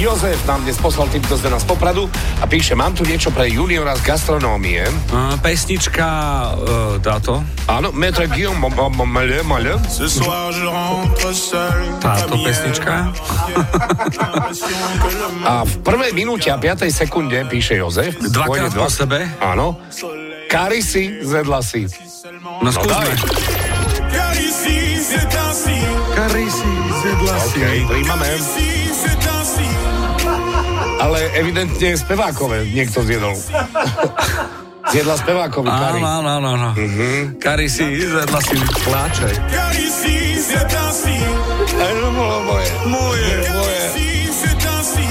Jozef nám dnes poslal týmto z nás popradu a píše, mám tu niečo pre juniora z gastronómie. Uh, pesnička uh, táto. Áno, Metro Guillaume, m- m- m- mle, mle. Ce soir je rentre seul. Táto pesnička. A v prvej minúte a 5. sekunde píše Jozef. Dvakrát Pôjde po sebe. Áno. Kari si, zedla si. No skúsme. daj. Car ici, c'est ainsi. Kari si, zjedla si. OK, Car príjmame. ici, c'est ainsi. Ale evidentne spevákové niekto zjedol. Zjedla spevákovi Kari. Áno, áno, áno. áno. Mhm. Kari si, zjedla si. Pláčaj. Car ici, c'est ainsi. A to bolo moje. Moje, moje. Ici, c'est ainsi.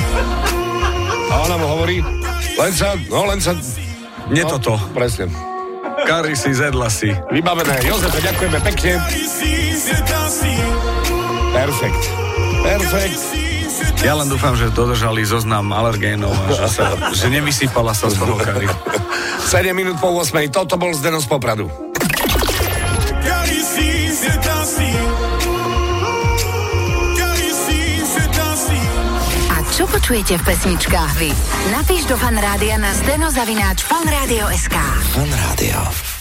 A ona mu hovorí, len sa, no len sa... Nie no, toto. Presne. Kari si, zjedla si. Vybavené. Jozefe, ďakujeme pekne. Car ici, c'est ainsi. Perfekt. Perfekt. Ici, c'est ainsi. Ja len dúfam, že dodržali zoznam alergénov a že, sa, že nevysypala sa z toho kari. 7 minút po 8. Toto bol Zdeno z Popradu. Car ici, c'est ainsi. Car ici, c'est ainsi. A čo počujete v pesničkách vy? Napíš do fanrádia na steno zavináč fanradio.sk. Fan Rádio.